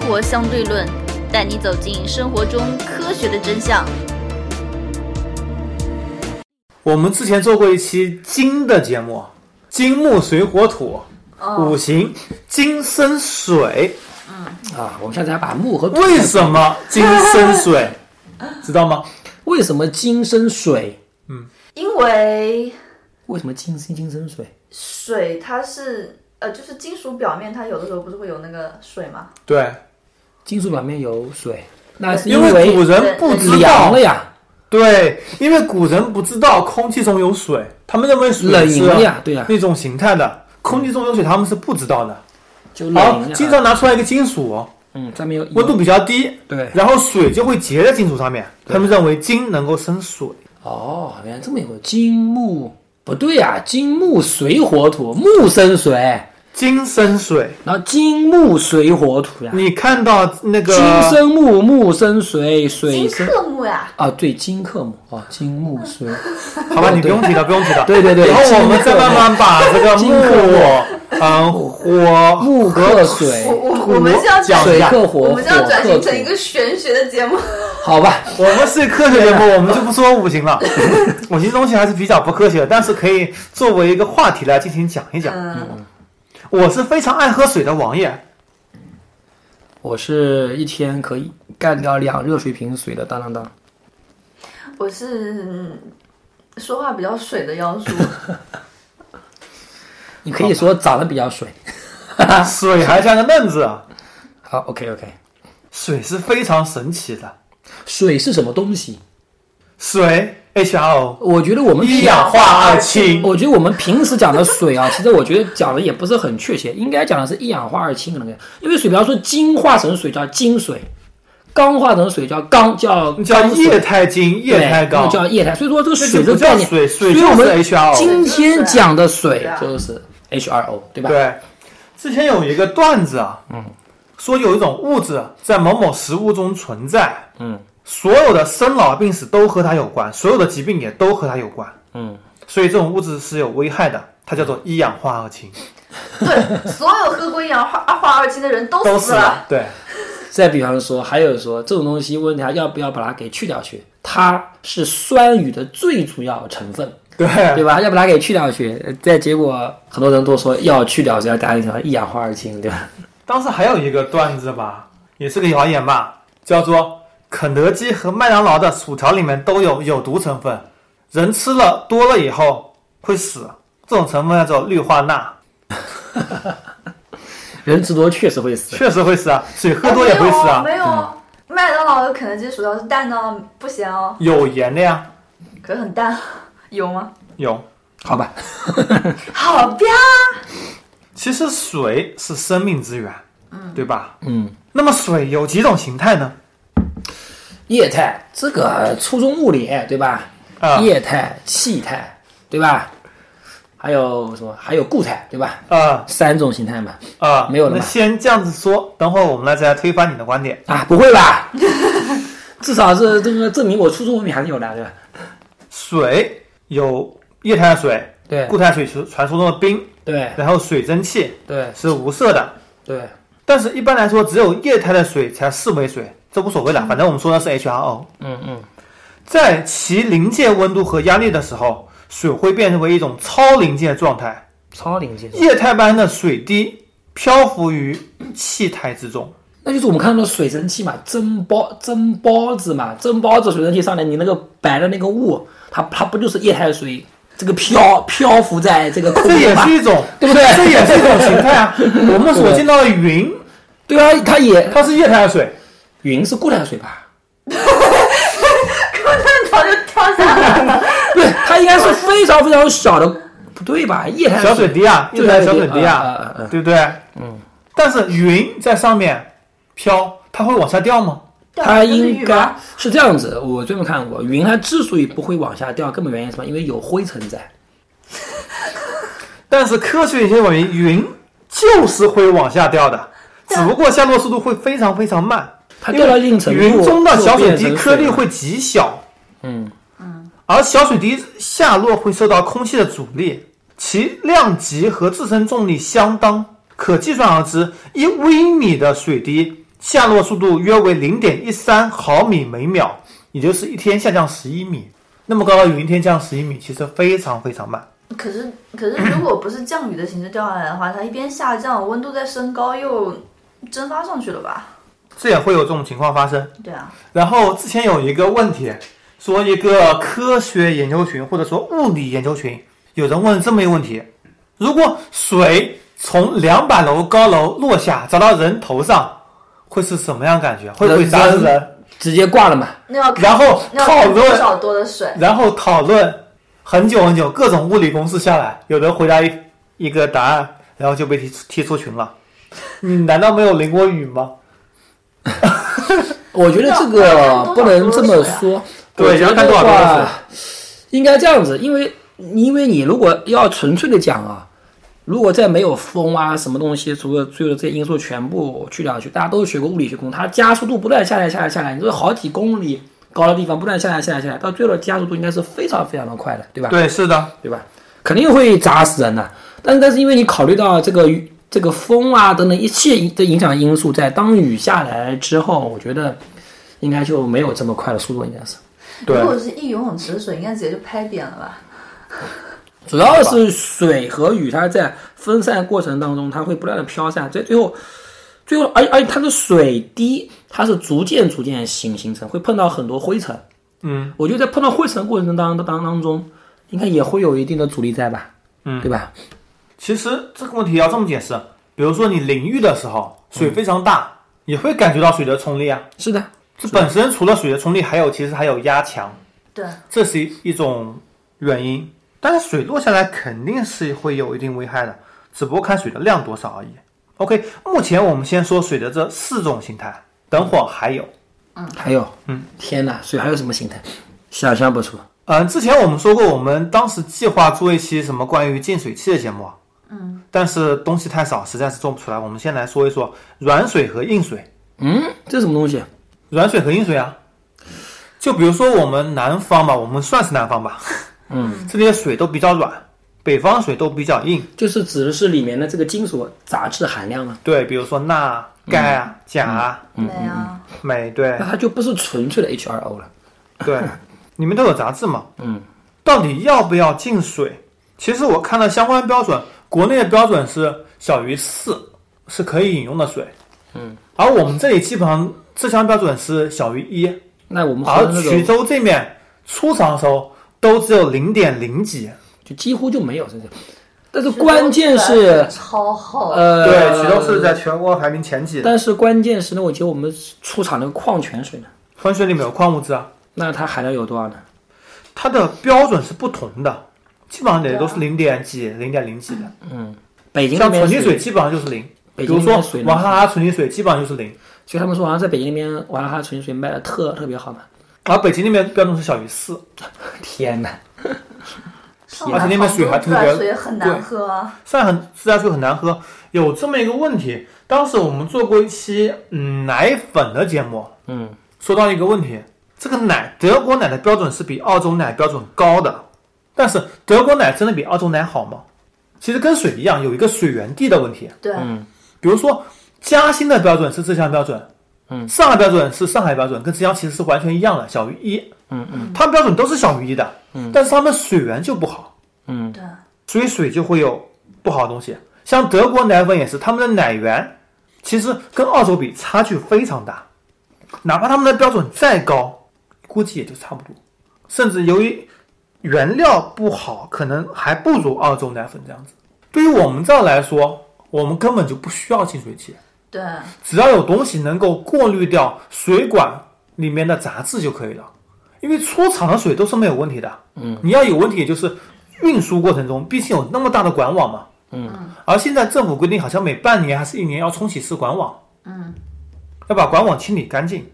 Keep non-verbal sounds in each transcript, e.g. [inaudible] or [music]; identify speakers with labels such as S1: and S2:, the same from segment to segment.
S1: 活相对论》，带你走进生活中科学的真相。
S2: 我们之前做过一期金的节目，金木水火土、五行，金生水。
S3: 啊，我们下次还把木和土
S2: 为什么金生水？知道吗？
S3: 为什么金生水？
S4: 因为
S3: 为什么金生金生水？
S4: 水它是呃，就是金属表面它有的时候不是会有那个水吗？
S2: 对，
S3: 金属表面有水，那是
S2: 因为古
S3: 为
S2: 人不知
S3: 凉
S2: 道
S3: 了，呀，
S2: 对，因为古人不知道空气中有水，他们认为水
S3: 冷
S2: 是
S3: 凝呀对呀啊
S2: 那种形态的，空气中有水他们是不知道的。
S3: 就
S2: 好
S3: 嗯冷凝，
S2: 经
S3: 了。
S2: 常拿出来一个金属，
S3: 嗯，上面有
S2: 温度比较低，
S3: 对。
S2: 然后水就会结在金属上面，他们认为金能够生水。
S3: 哦，原来这么有金木不对啊，金木水火土，木生水，
S2: 金生水，
S3: 然后金木水火土呀、
S2: 你看到那个
S3: 金生木，木生水，水
S4: 金
S3: 生
S4: 克木呀，
S3: 啊，对，金克木啊，金木水，
S2: 好吧，你不用提了，不用提了。
S3: 哦 [laughs] 对对对
S2: 然后我们再慢慢把这个
S3: 金
S2: 木
S3: 克
S2: 嗯火
S3: 木克水，
S4: 我我我们是要
S2: 讲一
S4: 转，
S3: 水
S2: 下。
S3: 克火，
S4: 我
S3: 火
S4: 们是要转
S3: 克
S4: 型成一
S3: 土，
S4: 个玄学的节目。
S3: 好吧，
S2: 我们是科学节目，我们就不说五行
S3: [laughs]
S2: 了。五行东西还是比较不科学的，但是可以作为一个话题来进行讲一讲。
S4: 嗯，
S2: 我是非常爱喝水的王爷，
S3: 我是一天可以干掉两热水瓶水的，当当当，
S4: 我是说话比较水的妖叔，
S3: 你可以说长得比较水，
S2: 水还像个嫩子啊！
S3: 好，OK OK，
S2: 水是非常神奇的，
S3: 水是什么东西？
S2: 水 HRO
S3: 我觉得我们
S2: 一
S3: 平
S2: 氧化二氢，
S3: 我觉得我们平时讲的水啊，其实我觉得讲的也不是很确切，应该讲的是一氧化二氢可能，因为水，比方说金化成水叫金水，钢化成水叫钢叫
S2: 叫
S3: 钢水
S2: 液态金、液
S3: 对
S2: 态
S3: 那
S2: 高
S3: 个。叫液态。所以说这个
S2: 这
S3: 水
S2: 就
S3: 这
S2: 不
S3: 个概
S2: 叫
S3: 念，
S2: 水，水
S3: 所以
S2: 就
S3: 我
S2: 是
S3: 们
S2: HRO。
S3: 今天讲的水
S4: 对啊
S3: 就是 H2O，对吧？
S2: 对，之前有一个段子啊，嗯，说有一种物质在某某食物中存在，
S3: 嗯，
S2: 所有的生老病死都和它有关，所有的疾病也都和它有关，
S3: 嗯，
S2: 所以这种物质是有危害的，它叫做一氧化二氢，
S4: 对，所有喝过一氧化二化二氢的人都
S2: 都死
S4: 死
S2: 了，对，
S3: 再比方说，还有说这种东西，问题还要不要把它给去掉去？它是酸雨的最主要成分。对
S2: 对，
S3: 吧？要不然给去掉去，呃再结果很多人都说要去掉，只要大家想一氧化二氢，对吧？
S2: 当时还有一个段子吧，也是个谣言吧，叫做肯德基和麦当劳的薯条里面都有有毒成分，人吃了多了以后会死，这种成分叫做氯化钠。
S3: 人吃多确实会死。
S2: 确实会死啊，水喝多也会死啊，
S4: 没有哦，没有麦当劳和肯德基薯条是淡的哦，不咸哦，
S2: 有盐的呀，
S4: 可是很淡，有吗？
S2: 有。
S3: 好吧，
S4: 好吧，啊
S2: 其实水是生命之源，嗯，对吧？
S3: 嗯，
S2: 那么水有几种形态呢？
S3: 液态这个初中物理对吧？
S2: 啊、
S3: 液态、气态对吧？还有什么？还有固态对吧？
S2: 啊
S3: 三种形态嘛。
S2: 啊，
S3: 没有了
S2: 那
S3: 吧
S2: 先这样子说，等会儿我们来再来推翻你的观点。
S3: 啊，不会吧？ [laughs] 至少是这个证明我初中文凭还是有的，对吧？
S2: 水有液态水、
S3: 对
S2: 固态水是传说中的冰，
S3: 对
S2: 然后水蒸气
S3: 对
S2: 是无色的，
S3: 对，
S2: 但是一般来说，只有液态的水才视为水，这无所谓了，反正我们说的是 HRO。
S3: 嗯嗯，
S2: 在其临界温度和压力的时候，水会变为一种超临界状态，
S3: 超临界。
S2: 液态般的水滴漂浮于气态之中。
S3: 那就是我们看到的水蒸气嘛，蒸包蒸包子嘛，蒸包子水蒸气上来，你那个白的那个雾，它它不就是液态水这个漂漂浮在这个空
S2: 这
S3: 中
S2: 也
S3: 吗
S2: 是？一种，
S3: 对不对
S2: 这也是一种形态啊。我们所见到的云，
S3: 对啊，它也
S2: 它是液态的水，
S3: 云是固态水
S4: [laughs]
S3: 吧？
S4: 那早就跳下来了。
S3: [laughs] 对，它应该是非常非常小的，不对吧？液态
S2: 小水滴啊，
S3: 对
S2: 液态小水
S3: 对
S2: 滴
S3: 对啊啊啊
S2: 啊
S3: 啊，
S2: 对不对？嗯。但是云在上面飘，它会往下掉吗？
S3: 它应该是这样子。我专门看过，云它之所以不会往下掉，根本原因是什么？因为有灰尘在。
S2: 但是科学研究认为，云就是会往下掉的，只不过下落速度会非常非常慢。
S3: 它掉到一定程度，
S2: 云中的小水滴
S3: 就变成
S2: 颗粒
S3: 了
S2: 会极小，
S3: 嗯，
S2: 而小水滴下落会受到空气的阻力，其量级和自身重力相当，可计算而知，一微米的水滴下落速度约为零点一三毫米每秒，也就是一天下降十一米。那么高的云一天降十一米，其实非常非常慢。
S4: 可是可是如果不是降雨的形式掉下来的话，它一边下降，温度在升高又蒸发上去了吧？
S2: 这也会有这种情况发生。
S4: 对啊，
S2: 然后之前有一个问题，说一个科学研究群或者说物理研究群，有人问这么一个问题：如果水从两百楼高楼落下，砸到人头上，会是什么样感觉？会不会砸死人？
S3: 直接挂了嘛。
S4: 那要看
S2: 然后
S4: 那要
S2: 靠
S4: 看
S2: 多
S4: 多少多的水？
S2: 然后讨论很久很久，各种物理公式下来，有人回答一一个答案，然后就被踢出踢出群了。你难道没有淋过雨吗？
S3: 我觉得这个不能这么说，
S2: 对
S3: 我觉得
S2: 要看多少
S3: 的
S2: 多少
S3: 话
S2: 水
S3: 应该这样子，因为因为你如果要纯粹的讲啊，如果在没有风啊什么东西，除了所有的这些因素全部去掉去，大家都学过物理学工，它加速度不断下来下来下来，你说好几公里高的地方不断下来下来下来，到最后的加速度应该是非常非常的快的，对吧？
S2: 对，是的，
S3: 对吧？肯定会砸死人的、但是但是因为你考虑到这个雨这个风啊等等一切的影响因素在，当雨下来之后，我觉得应该就没有这么快的速度，应该是。
S2: 对
S4: 如果是一游泳池的水，应该直接就拍扁了吧？
S3: 主要是水和雨，它在分散过程当中，它会不断的飘散，最最后，最后，而而且它的水滴，它是逐渐逐渐形形成，会碰到很多灰尘。
S2: 嗯，
S3: 我觉得在碰到灰尘的过程当当当中，应该也会有一定的阻力在吧？嗯，对吧？
S2: 其实这个问题要这么解释，比如说你淋浴的时候，
S3: 嗯
S2: 水非常大，也会感觉到水的冲力啊。
S3: 是的，
S2: 这本身除了水的冲力，还有其实还有压强，
S4: 对，
S2: 这是一种原因。但是水落下来肯定是会有一定危害的，只不过看水的量多少而已。OK，目前我们先说水的这四种形态，等会儿还有。
S3: 还有，嗯，天哪，水还有什么形态？想象不出。
S2: 嗯，之前我们说过，我们当时计划做一期什么关于净水器的节目，嗯，但是东西太少，实在是做不出来。我们先来说一说软水和硬水。
S3: 嗯，这是什么东西？
S2: 软水和硬水啊。就比如说我们南方吧，我们算是南方吧，嗯，这里的水都比较软，北方水都比较硬。
S3: 就是指的是里面的这个金属杂质含量啊。
S2: 对，比如说钠啊、钙啊、钾啊、
S4: 对啊，
S2: 镁，对
S3: 那它就不是纯粹的 H2O 了。
S2: 对，里面都有杂质嘛。
S3: 嗯，
S2: 到底要不要进水？其实我看了相关标准，国内的标准是小于四是可以饮用的水，嗯，而我们这里基本上这项标准是小于一，
S3: 那我们喝
S2: 而
S3: 的那
S2: 衢
S3: 种
S2: 州这面出厂的时候都只有零点零几，
S3: 就几乎就没有，甚至。但是关键是，
S4: 超厚，
S3: 呃，
S2: 对，衢州是在全国排名前几的。
S3: 但是关键是呢，我觉得我们出厂那个矿泉水呢，
S2: 浑水里面有矿物质啊，
S3: 那它含量有多少呢？
S2: 它的标准是不同的，基本上也都是零点几、零点零几的。
S3: 啊北京那
S2: 像
S3: 边
S2: 纯净水基本上就是零，比
S3: 北
S2: 如
S3: 京
S2: 说
S3: 的水呢
S2: 娃哈哈纯净水基本上就是零，
S3: 所以他们说好像在北京那边娃哈哈纯净水卖的特特别好嘛。
S2: 而北京那边标准是小于四。
S3: 天哪！
S4: 上
S2: 而且那边水还特别
S4: 海水很难喝啊。
S2: 虽然很自来水很难喝，有这么一个问题。当时我们做过一期嗯奶粉的节目，
S3: 嗯，
S2: 说到一个问题，这个奶德国奶的标准是比澳洲奶标准高的，但是德国奶真的比澳洲奶好吗？其实跟水一样，有一个水源地的问题。
S4: 对，
S2: 比如说嘉兴的标准是浙江标准，嗯，上海标准是上海标准，跟浙江其实是完全一样的，小于一，嗯嗯，他们标准都是小于一的，嗯，但是他们水源就不好，
S4: 对，
S2: 所以水就会有不好的东西。像德国奶粉也是，他们的奶源其实跟澳洲比差距非常大，哪怕他们的标准再高，估计也就差不多，甚至由于原料不好，可能还不如澳洲奶粉这样子。对于我们这儿来说，我们根本就不需要净水器，
S4: 对，
S2: 只要有东西能够过滤掉水管里面的杂质就可以了，因为出厂的水都是没有问题的。嗯，你要有问题，也就是运输过程中，毕竟有那么大的管网嘛。嗯，而现在政府规定，好像每半年还是一年要冲洗一次管网。嗯，要把管网清理干净，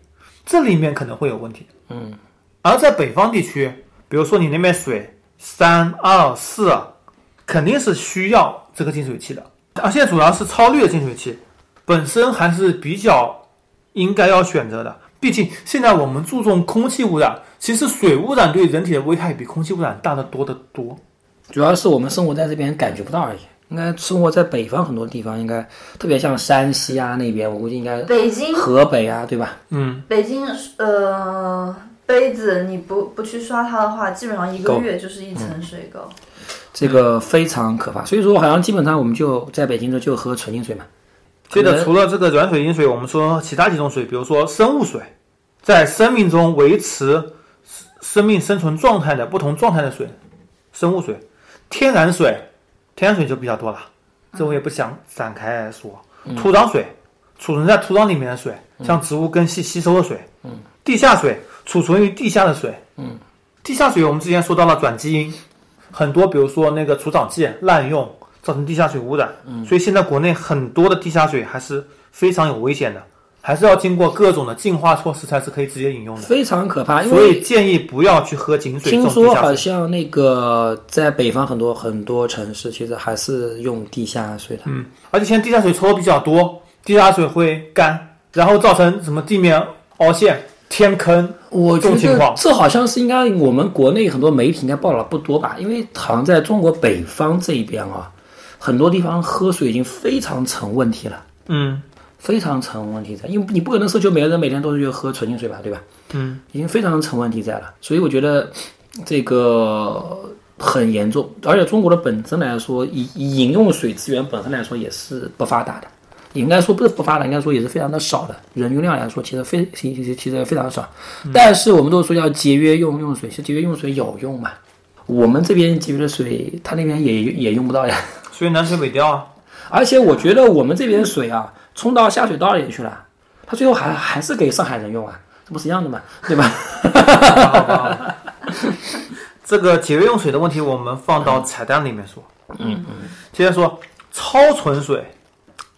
S2: 这里面可能会有问题。嗯，而在北方地区，比如说你那边水三二四，啊肯定是需要这个净水器的，而现在主要是超滤的净水器。本身还是比较应该要选择的。毕竟现在我们注重空气污染，其实水污染对人体的危害比空气污染大得多得多。
S3: 主要是我们生活在这边感觉不到而已。应该生活在北方很多地方，应该特别像山西啊那边，我估计应该
S4: 北京，
S3: 河北啊，对吧？
S2: 嗯，
S4: 北京，呃，杯子你不不去刷它的话，基本上一个
S3: 够
S4: 月就是一层水垢。
S3: 这个非常可怕。所以说，好像基本上我们就在北京的就喝纯净水嘛。
S2: 接
S3: 可
S2: 着
S3: 能
S2: 除了这个软水、硬水，我们说其他几种水，比如说生物水，在生命中维持生命生存状态的不同状态的水，生物水、天然水，天然水就比较多了，这我也不想展开来说。
S3: 嗯
S2: 土壤水，储存在土壤里面的水，像植物根系吸收的水。
S3: 嗯
S2: 地下水，储存于地下的水。地下水我们之前说到了转基因，很多比如说那个除草剂滥用造成地下水污染，
S3: 嗯
S2: 所以现在国内很多的地下水还是非常有危险的，还是要经过各种的净化措施才是可以直接饮用的。
S3: 非常可啊怕，因
S2: 所以
S3: 为
S2: 建议不要去喝井水这
S3: 听
S2: 种
S3: 说
S2: 地下
S3: 好
S2: 水。
S3: 像那个在北方很多很多城市其实还是用地下水的。
S2: 嗯，而且现在地下水抽的比较多，地下水会干，然后造成什么地面凹陷、天坑。
S3: 我觉
S2: 这种情
S3: 得
S2: 况
S3: 这好像是应该我们国内很多媒体应该报道不多吧，因为好像在中国北方这一边啊，很多地方喝水已经非常成问题了，
S2: 嗯，
S3: 非常成问题在，因为你不可能奢求每个人每天都是去喝纯净水吧，对吧？
S2: 嗯，
S3: 已经非常成问题在了，所以我觉得这个很严重，而且中国的本身来说，以以饮用水资源本身来说也是不发达的。应该说不是不发达，应该说也是非常的少的，人用量来说，其实非其其实其实非常少。但是我们都说要节约用用水，是节约用水有用嘛？我们这边节约的水，他那边也也用不到呀。
S2: 所以南水北调啊。
S3: 而且我觉得我们这边水啊，冲到下水道里去了，它最后还还是给上海人用啊，这不是一样的嘛，对吧？ [laughs]
S2: 好吧好吧这个节约用水的问题，我们放到彩蛋里面说。嗯嗯。接着说超纯水，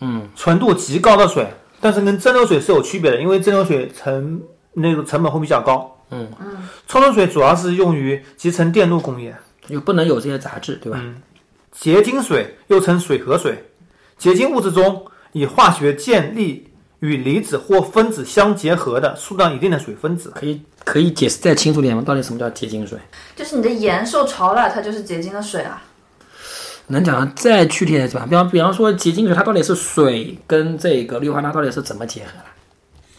S2: 嗯，纯度极高的水，但是跟蒸馏水是有区别的，因为蒸馏水成那个成本会比较高。
S3: 嗯
S2: 嗯。超纯水主要是用于集成电路工业，
S3: 又不能有这些杂质，对吧？
S2: 结晶水又称水合水，结晶物质中以化学键力与离子或分子相结合的数量一定的水分子。
S3: 可以可以解释再清楚点吗？到底什么叫结晶水？
S4: 就是你的盐受潮了，它就是结晶的水啊。
S3: 能讲得再具体点吧？比方比方说结晶水，它到底是水跟这个氯化钠到底是怎么结合的？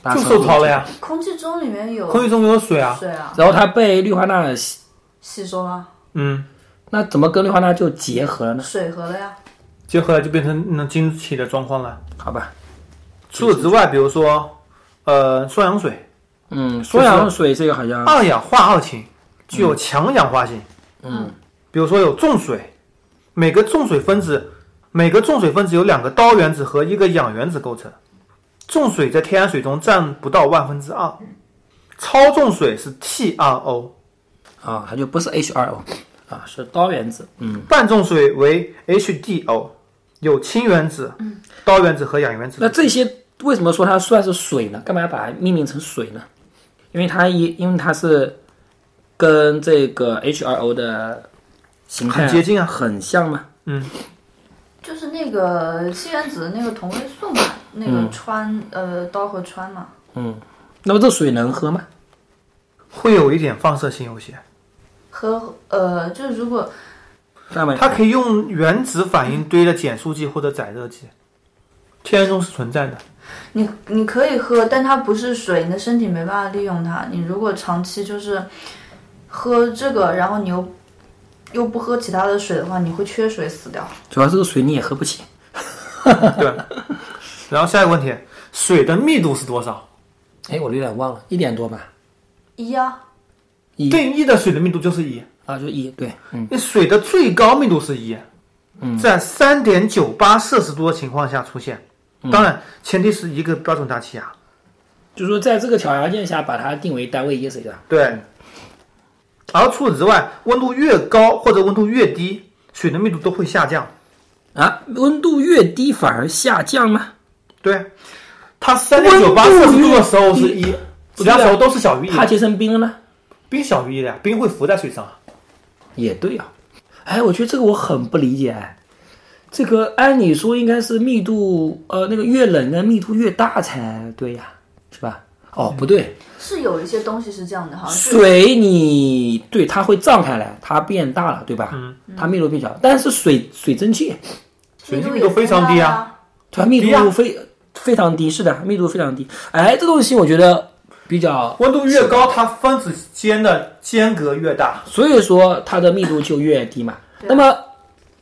S3: 大家
S2: 就
S3: 说
S2: 受潮了呀，
S4: 空气中里面有
S2: 空气中有水啊，
S4: 水啊，
S3: 然后它被氯化钠吸，
S4: 吸收啊了，
S2: 嗯，
S3: 那怎么跟氯化钠就结合了呢？
S4: 水合了呀。
S2: 结合了就变成能晶体的状况了。
S3: 好吧，
S2: 除此之外，比如说，呃，双氧水、
S3: 嗯，双氧水这个好像
S2: 二氧化二氢具有强氧化性。
S3: 嗯，
S2: 比如说有重水，每个重水分子每个重水分子由两个氘原子和一个氧原子构成。重水在天然水中占不到万分之二，超重水是 T2O，
S3: 啊，它就不是 H2O 啊，是氘原子。嗯，
S2: 半重水为 HDO，有氢原子、氘原子和氧原子。
S3: 嗯那这些为什么说它算是水呢？干嘛要把它命名成水呢？因为它一因为它是跟这个 H2O 的形态
S2: 很接近啊
S3: 很像吗？
S4: 就是那个氢原子的那个同位素嘛，那
S2: 嗯
S4: 个氚、呃氘和氚嘛，
S3: 那么这水能喝吗？
S2: 会有一点放射性有些。
S4: 和呃就是如果
S3: 干嘛？
S2: 它可以用原子反应堆的减速剂或者载热剂，天然中是存在的。 [laughs]
S4: 你你可以喝，但它不是水，你的身体没办法利用它。你如果长期就是喝这个，然后你又又不喝其他的水的话，你会缺水死掉。
S3: 主要这个水你也喝不起。
S2: 对。然后下一个问题，水的密度是多少？
S3: [laughs] 哎，我有点忘了，一点多吧？
S4: 一啊，
S3: 一
S2: 定义的水的密度就是一，
S3: 啊，就一对，嗯，
S2: 那水的最高密度是一，在三点九八摄氏度的情况下出现。当然，前提是一个标准大气压。
S3: 就是说在这个条件下把它定为单位一水的。
S2: 对。而除此之外，温度越高或者温度越低，水的密度都会下降。
S3: 啊，温度越低反而下降吗？
S2: 对，它三点九八摄氏度的时候是一，其他时候都是小于一。
S3: 怕结成冰了呢？
S2: 冰小于一的呀，冰会浮在水上啊。
S3: 也对啊，哎，我觉得这个我很不理解。哎这个按理说应该是密度，呃，那个越冷的密度越大才对呀，是吧？哦，不对，
S4: 是有一些东西是这样的，好像是
S3: 水你对它会胀开来，它变大了，对吧？嗯，它密度变小，但是水水蒸气
S2: 水性
S4: 密度
S2: 密度
S4: 也
S2: 非常
S4: 高
S2: 低
S4: 啊
S2: 啊。
S3: 它密
S2: 低啊
S3: 度非非常低，是的，密度非常低。哎，这东西我觉得比较，
S2: 温度越高，它分子间的间隔越大。
S3: 所以说它的密度就越低嘛。
S4: 对啊
S3: 那么，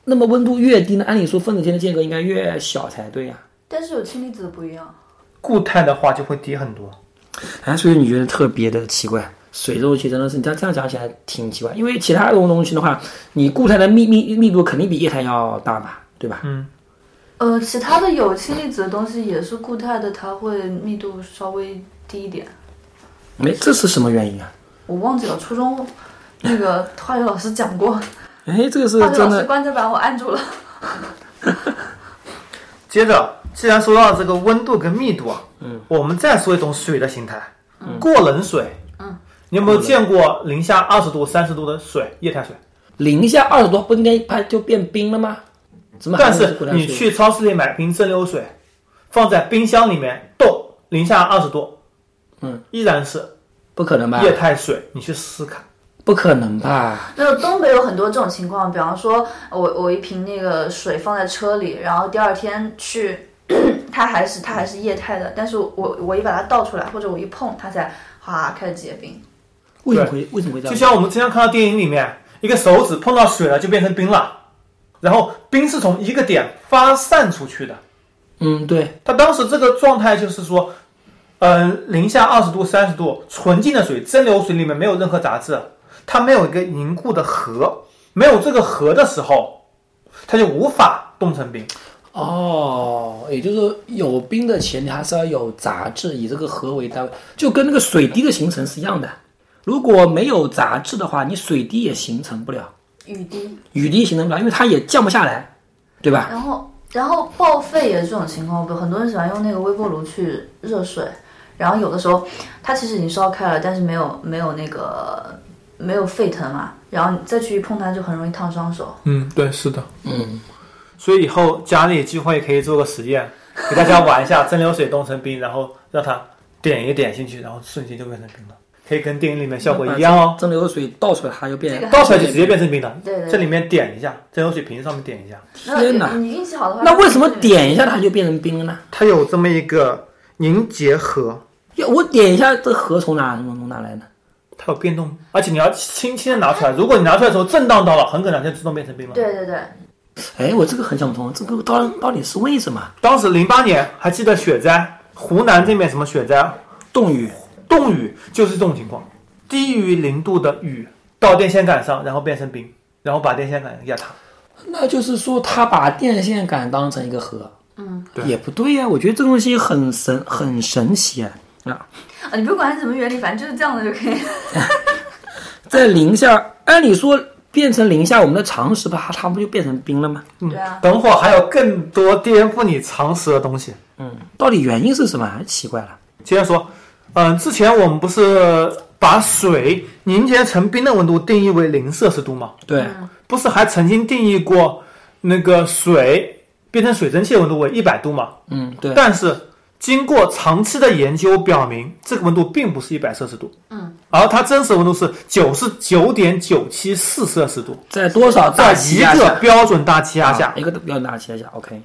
S3: 那么温度越低呢，按理说分子间的间隔应该越小才对呀、
S4: 但是有氢离子不一样，
S2: 固态的话就会低很多。
S3: 哎，所以你觉得特别的奇怪？水这东西真的是，你这样这样讲起来挺奇怪，因为其他的东西的话，你固态的密密密度肯定比液态要大嘛，对吧？
S2: 嗯
S4: 呃，其他的有氢离子的东西也是固态的，它会密度稍微低一点。
S3: 没，哎这是什么原因啊？
S4: 我忘记了，初中那 [laughs] 个化学老师讲过，
S3: 哎，这个是
S4: 化学
S3: 真
S4: 哦老师
S3: 的，
S4: 关着板我按住 [laughs] 了。
S2: 接着，既然说到这个温度跟密度啊，嗯，我们再说一种水的形态，嗯、过冷水。
S4: 嗯，
S2: 你有没有见过零下二十度、三十度的水，液态水？
S3: 零下二十多不应该它就变冰了吗？怎么还
S2: 但
S3: 能
S2: 是
S3: 固态
S2: 你
S3: 水
S2: 去超市里买瓶蒸馏水，放在冰箱里面冻零下二十度，
S3: 嗯，
S2: 依然是
S3: 不可能吧？
S2: 液态水。你去试试看，
S3: 不可能吧？
S4: 那东北有很多这种情况，比方说我我一瓶那个水放在车里，然后第二天去， [clears throat] 它还是它还是液态的，但是我我一把它倒出来，或者我一碰它才哗开始结冰。
S3: 为什么会为什么会这
S2: 就
S3: 样？
S2: 像我们经常看到电影里面，一个手指碰到水了就变成冰了，然后冰是从一个点发散出去的。
S3: 嗯，对，
S2: 他当时这个状态就是说，嗯、零下二十度、三十度，纯净的水，蒸馏水里面没有任何杂质，它没有一个凝固的核，没有这个核的时候，它就无法冻成冰。
S3: 哦，也就是说有冰的前提还是要有杂质，以这个核为单位，就跟那个水滴的形成是一样的。如果没有杂质的话，你水滴也形成不了，
S4: 雨滴，
S3: 雨滴也形成不了，因为它也降不下来，对吧？
S4: 然后然后报废也是这种情况，很多人喜欢用那个微波炉去热水，然后有的时候它其实已经烧开了，但是没有没有那个没有沸腾嘛，然后你再去一碰它就很容易烫伤手。
S2: 嗯，对，是的。
S3: 嗯，
S2: 所以以后家里聚会可以做个实
S4: [laughs]
S2: 验，给大家玩一下蒸馏水冻成冰，然后让它点一点进去，然后瞬间就变成冰了，可以跟电影里面效果一样
S4: [laughs]
S2: 哦。
S3: 蒸馏水倒出来它就变。
S4: 这个
S2: 倒出来就直接变成冰了。
S4: 对对对
S2: 这里面点一下，蒸馏水瓶上面点一下。
S3: 天
S4: 那
S3: 哪
S4: 你运气好的话，
S3: 那为什么点一下它就变成冰了呢？
S2: 它有这么一个凝结核，
S3: 要我点一下，这核从哪从从哪来呢？
S2: 它有变动，而且你要轻轻的拿出来。如果你拿出来的时候震荡到了，很可能它就自动变成冰了。，
S4: 对对对，啊
S3: 哎，我这个很想不通，这个到到底是为什么？
S2: 当时零八年还记得雪灾，湖南这边什么雪灾，
S3: 冻雨
S2: 冻雨就是这种情况，低于零度的雨到电线杆上，然后变成冰，然后把电线杆压塌。
S3: 那就是说，他把电线杆当成一个核，
S4: 嗯，
S2: 对
S3: 也不对呀、我觉得这东西很神，很神奇啊！啊，
S4: 啊，你不管是什么原理，反正就是这样的就可以。
S3: 在零下，按理说变成零下，我们的常识吧，它不就变成冰了吗？
S2: 嗯
S4: 对啊，
S2: 等会儿还有更多颠覆你常识的东西。
S3: 嗯，到底原因是什么啊？奇怪了。
S2: 接着说，嗯、之前我们不是把水凝结成冰的温度定义为零摄氏度吗？
S3: 对，
S2: 不是还曾经定义过那个水变成水蒸气的温度为一百度吗？
S3: 嗯，对，
S2: 但是经过长期的研究表明，这个温度并不是一百摄氏度，
S4: 嗯，
S2: 而它真实温度是九十九点九七四摄氏度，
S3: 在多少
S2: 在
S3: 大气
S2: 一
S3: 压
S2: 个
S3: 啊下？
S2: 标准大气压
S3: 啊
S2: 下，
S3: 一个标准大气压下，OK，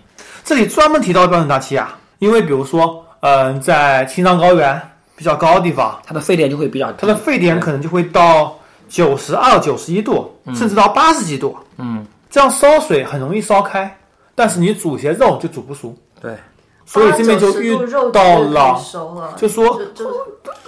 S2: 这里专门提到标准大气压，因为比如说，嗯、在青藏高原比较高的地方，
S3: 它的沸点就会比较低。
S2: 它的沸点可能就会到九十二、九十一度，甚至到八十几度。
S3: 嗯，
S2: 这样烧水很容易烧开，但是你煮些肉就煮不熟，
S3: 对，
S2: 所以这边就遇
S4: 80度肉
S2: 到
S4: 就
S2: 了
S4: 熟了，
S2: 就说
S4: 就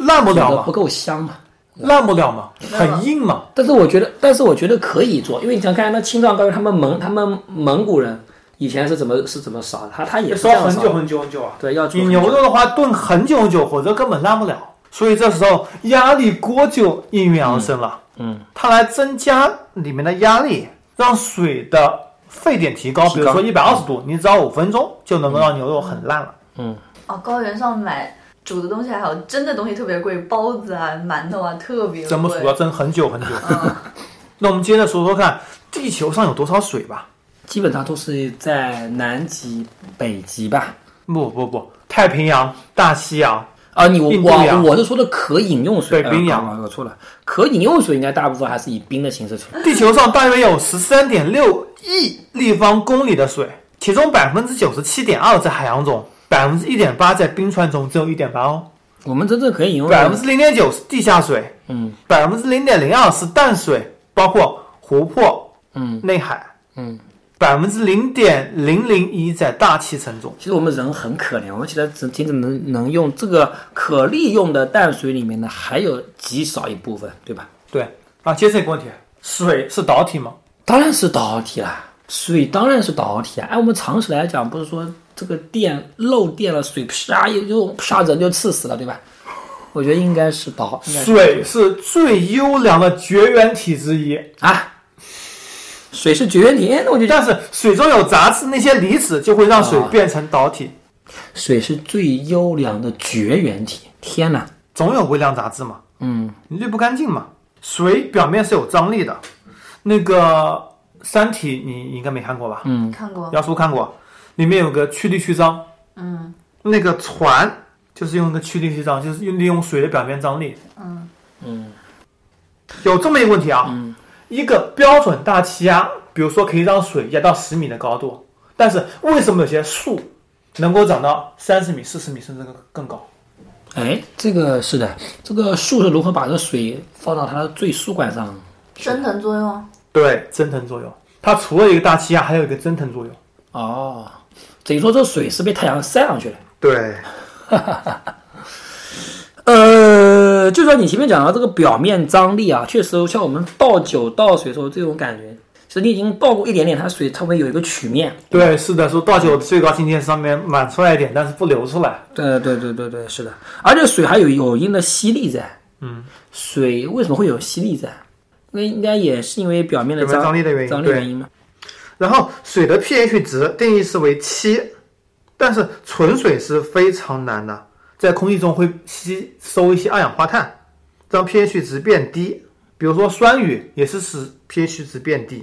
S2: 烂不了
S3: 这个
S2: 嘛
S3: 不，够香嘛。
S2: 烂不了嘛，
S4: 没有
S2: 很硬嘛。
S3: 但是我觉得，但是我觉得可以做，因为你想看那青藏高原，他们蒙他们蒙古人以前是怎么是怎么烧的，他他也是这
S2: 烧
S3: 样
S2: 很
S3: 烧
S2: 久
S3: 的，
S2: 很久很久啊！
S3: 对，要做
S2: 你牛肉的话炖很久很久，否则根本烂不了。所以这时候压力锅就应运而生了，
S3: 嗯，
S2: 它来增加里面的压力，让水的沸点提高。比
S3: 提
S2: 如
S3: 高
S2: 说一百二十度，你只要五分钟就能够让牛肉很烂了。
S4: 哦，高原上买煮的东西还好，真的东西特别贵，包子啊、馒头啊特别贵。
S2: 蒸不熟要蒸很久很久。
S4: 嗯，
S2: 那我们接着说说看，地球上有多少水吧？
S3: 基本上都是在南极、北极吧。
S2: 不不不，太平洋、大西洋，
S3: 啊，你我
S2: 印度洋
S3: 我我是说的可饮用水，
S2: 对冰洋
S3: 呃搞搞错了，可饮用水应该大部分还是以冰的形式存在。
S2: 地球上大约有十三点六亿立方公里的水，其中百分之九十七点二在海洋中，百分之一点八在冰川中，只有一点八哦，
S3: 我们真正可以引用
S2: 百分之零点九啊是地下水，
S3: 嗯
S2: 百分之零点零二是淡水，包括湖泊、
S3: 嗯
S2: 内海，
S3: 嗯。
S2: 百分之零点零零一在大气层中。
S3: 其实我们人很可怜，我们其实只仅仅能能用这个可利用的淡水里面呢，还有极少一部分，对吧？
S2: 对啊，接着一个问题，水是导体吗？
S3: 当然是导体啦，水当然是导体啊。按我们常识来讲，不是说这个电漏电了，水啪一就啪人就刺死了，对吧？我觉得应该是导，应该是
S2: 水是最优良的绝缘体之一，
S3: 啊，水是绝缘体，哎那我就
S2: 但是水中有杂质，那些离子就会让水
S3: 啊
S2: 变成导体。
S3: 水是最优良的绝缘体。天哪，
S2: 总有微量杂质嘛，
S3: 嗯，
S2: 你滤不干净嘛。水表面是有张力的，那个《三体》你你应该没看过吧？嗯，
S4: 看
S2: [laughs]
S4: 过，
S2: 姚叔看过，里面有个曲力曲张，
S4: 嗯，
S2: 那个船就是用一个曲力曲张，就是用利用水的表面张力。
S4: 嗯
S2: 有这么一个问题啊，一个标准大气压，比如说可以让水压到十米的高度，但是为什么有些树能够长到三十米、四十米甚至更更高？
S3: 哎，这个是的，这个树是如何把这水放到它的最输管上？
S4: 蒸腾作用，
S2: 对，蒸腾作用。它除了一个大气压，还有一个蒸腾作用。
S3: 哦，等于说这水是被太阳晒上去了。
S2: 对，
S3: 呃，就像你前面讲到这个表面张力啊，确实像我们倒酒倒水的时候这种感觉，其实你已经倒过一点点，它水它会有一个曲面。
S2: 对，是的，说倒酒最高境界上面满出来一点，但是不流出来。
S3: 对呃对对对对，是的，而且水还有有一定的吸力在。
S2: 嗯，
S3: 水为什么会有吸力在？那应该也是因为表面的
S2: 表面
S3: 张
S2: 张力的原因
S3: 张力
S2: 对
S3: 原因嘛。
S2: 然后水的 pH 值定义是为七，但是纯水是非常难的，在空气中会吸收一些二氧化碳，让 pH 值变低。比如说酸雨也是使 pH 值变低，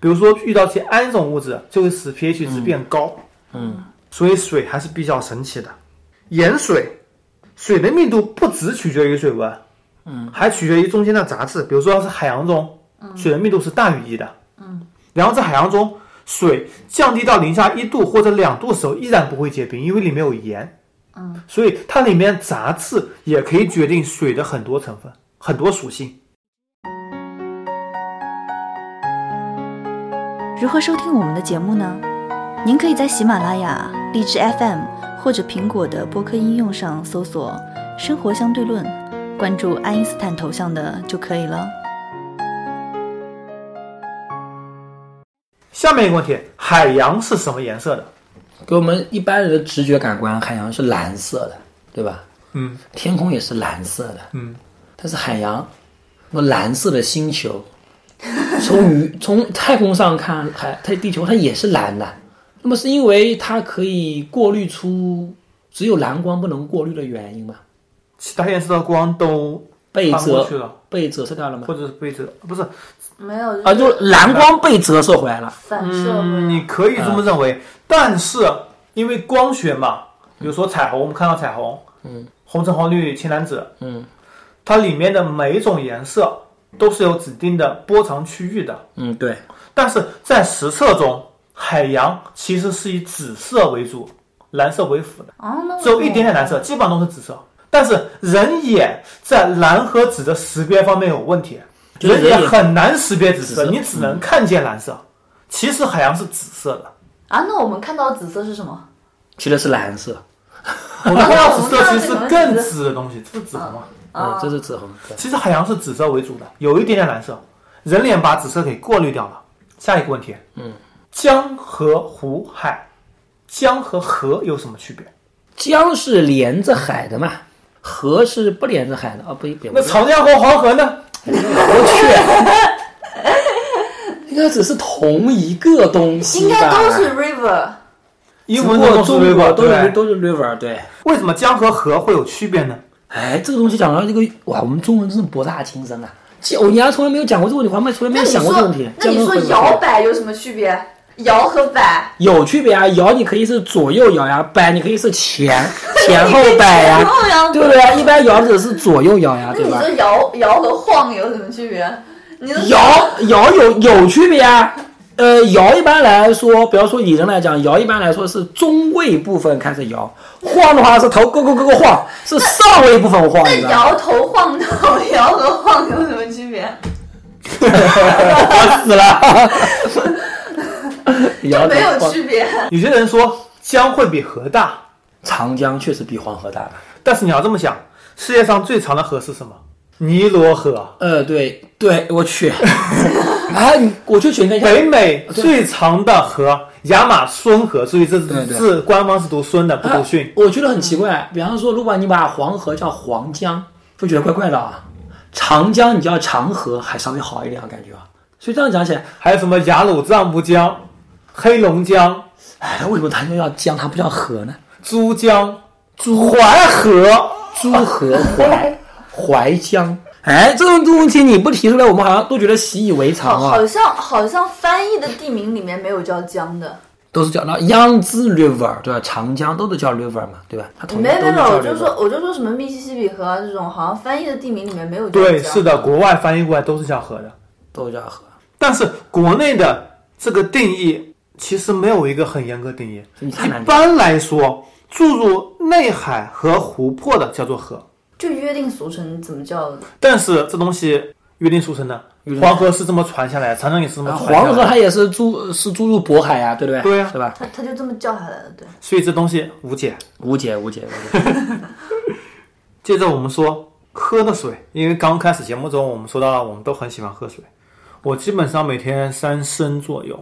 S2: 比如说遇到一些胺种物质就会使 pH 值变高。
S3: 嗯，
S2: 所以水还是比较神奇的。盐水，水的密度不只取决于水温，嗯，还取决于中间的杂质，比如说是海洋中，
S3: 嗯
S2: 水的密度是大于一的，嗯，然后在海洋中，水降低到零下一度或者两度的时候，依然不会结冰，因为里面有盐，嗯，所以它里面杂质也可以决定水的很多成分、很多属性。
S5: 如何收听我们的节目呢？您可以在喜马拉雅、荔枝 FM 或者苹果的播客应用上搜索“生活相对论”，关注爱因斯坦头像的就可以了。
S2: 下面一个问题，海洋是什么颜色的？
S3: 给我们一般人的直觉感官，海洋是蓝色的，对吧？
S2: 嗯
S3: 天空也是蓝色的，
S2: 嗯，
S3: 但是海洋，那蓝色的星球， [laughs] 从宇从太空上看，海它地球它也是蓝的。那么是因为它可以过滤出只有蓝光不能过滤的原因吗？
S2: 其他颜色的光都
S3: 被
S2: 翻过去
S3: 折
S2: 了，
S3: 被折射掉了吗
S2: 或？者是被折，不是
S4: 没有
S3: 啊，就是嗯蓝光被折射回来了。
S4: 反射回来
S2: 你可以这么认为，
S3: 嗯
S2: 但是因为光学嘛，比如说彩虹，我们看到彩虹，嗯，红橙黄绿青蓝紫，
S3: 嗯，
S2: 它里面的每一种颜色都是有指定的波长区域的，
S3: 嗯，对，
S2: 但是在实测中，海洋其实是以紫色为主，蓝色为辅的，
S4: 啊，那
S2: 只有一点点蓝色，基本上都是紫色。但是人眼在蓝和紫的识别方面有问题，
S3: 就是
S2: 人眼
S3: 人眼
S2: 很难识别紫
S3: 紫
S2: 色，
S3: 色
S2: 你只能看见蓝色。其实海洋是紫色的。
S4: 啊，那我们看到的紫色是什么？
S3: 其实是蓝色，
S2: 我们看到紫色其实是更紫的东西，这是紫红嘛？
S3: 嗯，
S4: 啊
S3: 这是紫红。对
S2: 其实海洋是紫色为主的，有一点点蓝色。人脸把紫色给过滤掉了。下一个问题，
S3: 嗯，
S2: 江和湖海，江和河有什么区别？
S3: 嗯江是连着海的嘛，河是不连着海的啊，不，别
S2: 那长江和黄河呢？
S3: 我去，应该只是同一个东西
S4: 应
S3: 吧？
S4: 该都是 river，
S2: 英
S3: 只不
S2: 文
S3: 过
S2: 中
S3: 中
S2: 对
S3: 国都是
S2: 对。
S3: 都是 river 对。
S2: 为什么江和河会有区别呢？
S3: 哎，这个东西讲到这个，哇，我们中文真是博大精深啊！这我原来从来没有讲过这个问题，我还没从来没
S4: 那
S3: 有
S4: 你
S3: 想过这个
S4: 说
S3: 问题，。
S4: 那你
S3: 江
S4: 说
S3: 跟河有
S4: 摇
S3: 区别
S4: 摆有什么区别？摇和摆，
S3: 有区别啊？摇你可以是左右摇呀，摆你可以是
S4: [laughs]
S3: 前前后摆呀，对不对啊？一般摇只是左右摇呀，
S4: 那
S3: 啊对
S4: 你
S3: 吧
S4: 说？摇摇和晃有什么区别？你说
S3: 摇摇有有区别啊？呃，摇一般来说，比方说以人来讲，摇一般来说是中位部分开始摇，晃的话是头咯咯咯咯晃，是上位部分晃，你知
S4: 那
S3: 道吗？
S4: 摇头晃脑、摇和晃有什么区别？
S3: 死 [laughs] 了，摇
S4: 就没有
S3: 晃
S4: 区别。
S2: 有些人说江会比河大，
S3: 长江确实比黄河大的。
S2: 但是你要这么想，世界上最长的河是什么？尼罗河。
S3: 呃，对对，我 [laughs] 去，啊，你我就觉得
S2: [laughs] 北美最长的河亚马孙河，注意这
S3: 对啊对
S2: 字官方是读孙的，不读逊。
S3: 我觉得很奇怪。比方说，如果你把黄河叫黄江，就觉得怪怪的啊。长江你叫长河，还稍微好一点啊，感觉啊。所以这样讲起来，
S2: 还有什么雅鲁藏布江、黑龙江、
S3: 哎，为什么它就叫江，它不叫河呢？
S2: 珠江、淮河。
S3: 诸河淮 [laughs] 淮江，哎，这种东西你不提出来，我们好像都觉得习以为
S4: 好，
S3: 常啊
S4: 好。像好像翻译的地名里面没有叫江的，
S3: 都是叫那 Yangtze River 对吧？长江都是叫 river 嘛，对吧？它统一
S4: 没
S3: 都
S4: 没
S3: 是
S4: 没，
S3: 叫
S4: 我就
S3: river
S4: 说。我就说什么密西西比河啊这种，好像翻译的地名里面没有叫江。
S2: 对，是的，国外翻译过来都是叫河的，
S3: 都叫河，
S2: 但是国内的这个定义其实没有一个很严格定义。
S3: 所以你太难
S2: 一
S3: 定
S2: 般来说，注入内海和湖泊的叫做河，
S4: 就约定俗成怎么叫？
S2: 但是这东西约定俗成的
S3: 约，定
S2: 黄河是这么传下来，长江也是这么
S3: 啊
S2: 传下来。
S3: 黄河它也是注是注入渤海呀、对不对？
S2: 对啊
S3: 对吧？
S4: 他他就这么叫下来的，对。
S2: 所以这东西无解。
S3: 无解无解
S2: [laughs]
S3: 无解。
S2: 接着我们说喝的水，因为刚开始节目中我们说到了，我们都很喜欢喝水。我基本上每天三升左右，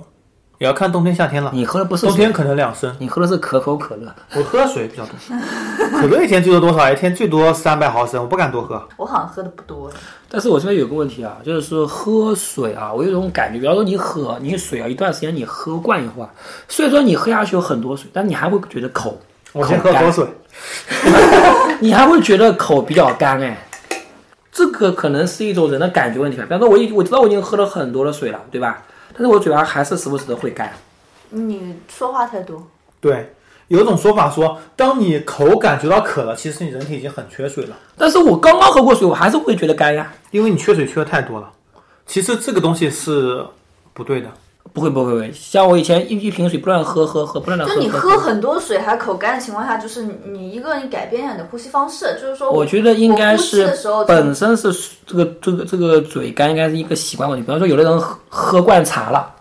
S2: 也要看冬天夏天了。
S3: 你喝的不是
S2: 冬天
S3: 水，
S2: 可能两升，
S3: 你喝的是可口可乐。
S2: 我喝水比较多。可乐一天最多多少？一天最多三百毫升，我不敢多喝。
S4: 我好像喝的不多，
S3: 但是我这边有个问题啊，就是说喝水啊，我有一种感觉，比方说你喝你水啊，一段时间你喝惯以后啊，虽然说你喝下去有很多水，但你还会觉得口，
S2: 我先喝口水。
S3: [laughs] 你还会觉得口比较干哎。这个可能是一种人的感觉问题吧。比方说我已我知道我已经喝了很多的水了，对吧？但是我嘴巴还是时不时的会干。
S4: 你说话太多。
S2: 对，有一种说法说，当你口感觉到渴了，其实你人体已经很缺水了，
S3: 但是我刚刚喝过水，我还是会觉得干呀。
S2: 因为你缺水缺的太多了。其实这个东西是不对的。
S3: 不会不会不会，像我以前一一瓶水不断喝喝喝，不断的喝。
S4: 就你
S3: 喝
S4: 喝，很多水还口干的情况下，就是你你一个你改变一下你的呼吸方式，就是说
S3: 我觉得应该
S4: 我呼吸
S3: 是
S4: 的时候
S3: 本身是这个这个这个嘴干，应该是一个习惯问题。比方说，有的人喝喝惯茶了，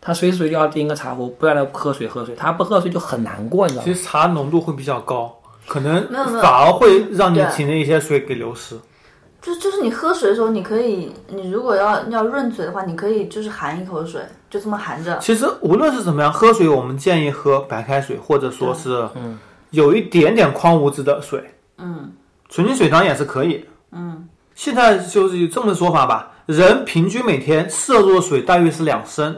S3: 他随时随地要盯个茶壶，不断的喝水喝水，他不喝水就很难过，你知道
S2: 其
S3: 吗？
S2: 实茶浓度会比较高，可能
S4: 没有没有
S2: 反而会让你
S4: 对
S2: 体内一些水给流失。
S4: 就就是你喝水的时候，你可以，你如果要要润嘴的话，你可以就是含一口水，就这么含着。
S2: 其实无论是怎么样，喝水我们建议喝白开水，或者说是有一点点矿物质的水。
S4: 嗯，
S2: 纯净水当然也是可以。嗯，现在就是有这么个说法吧，人平均每天摄入的水大约是两升，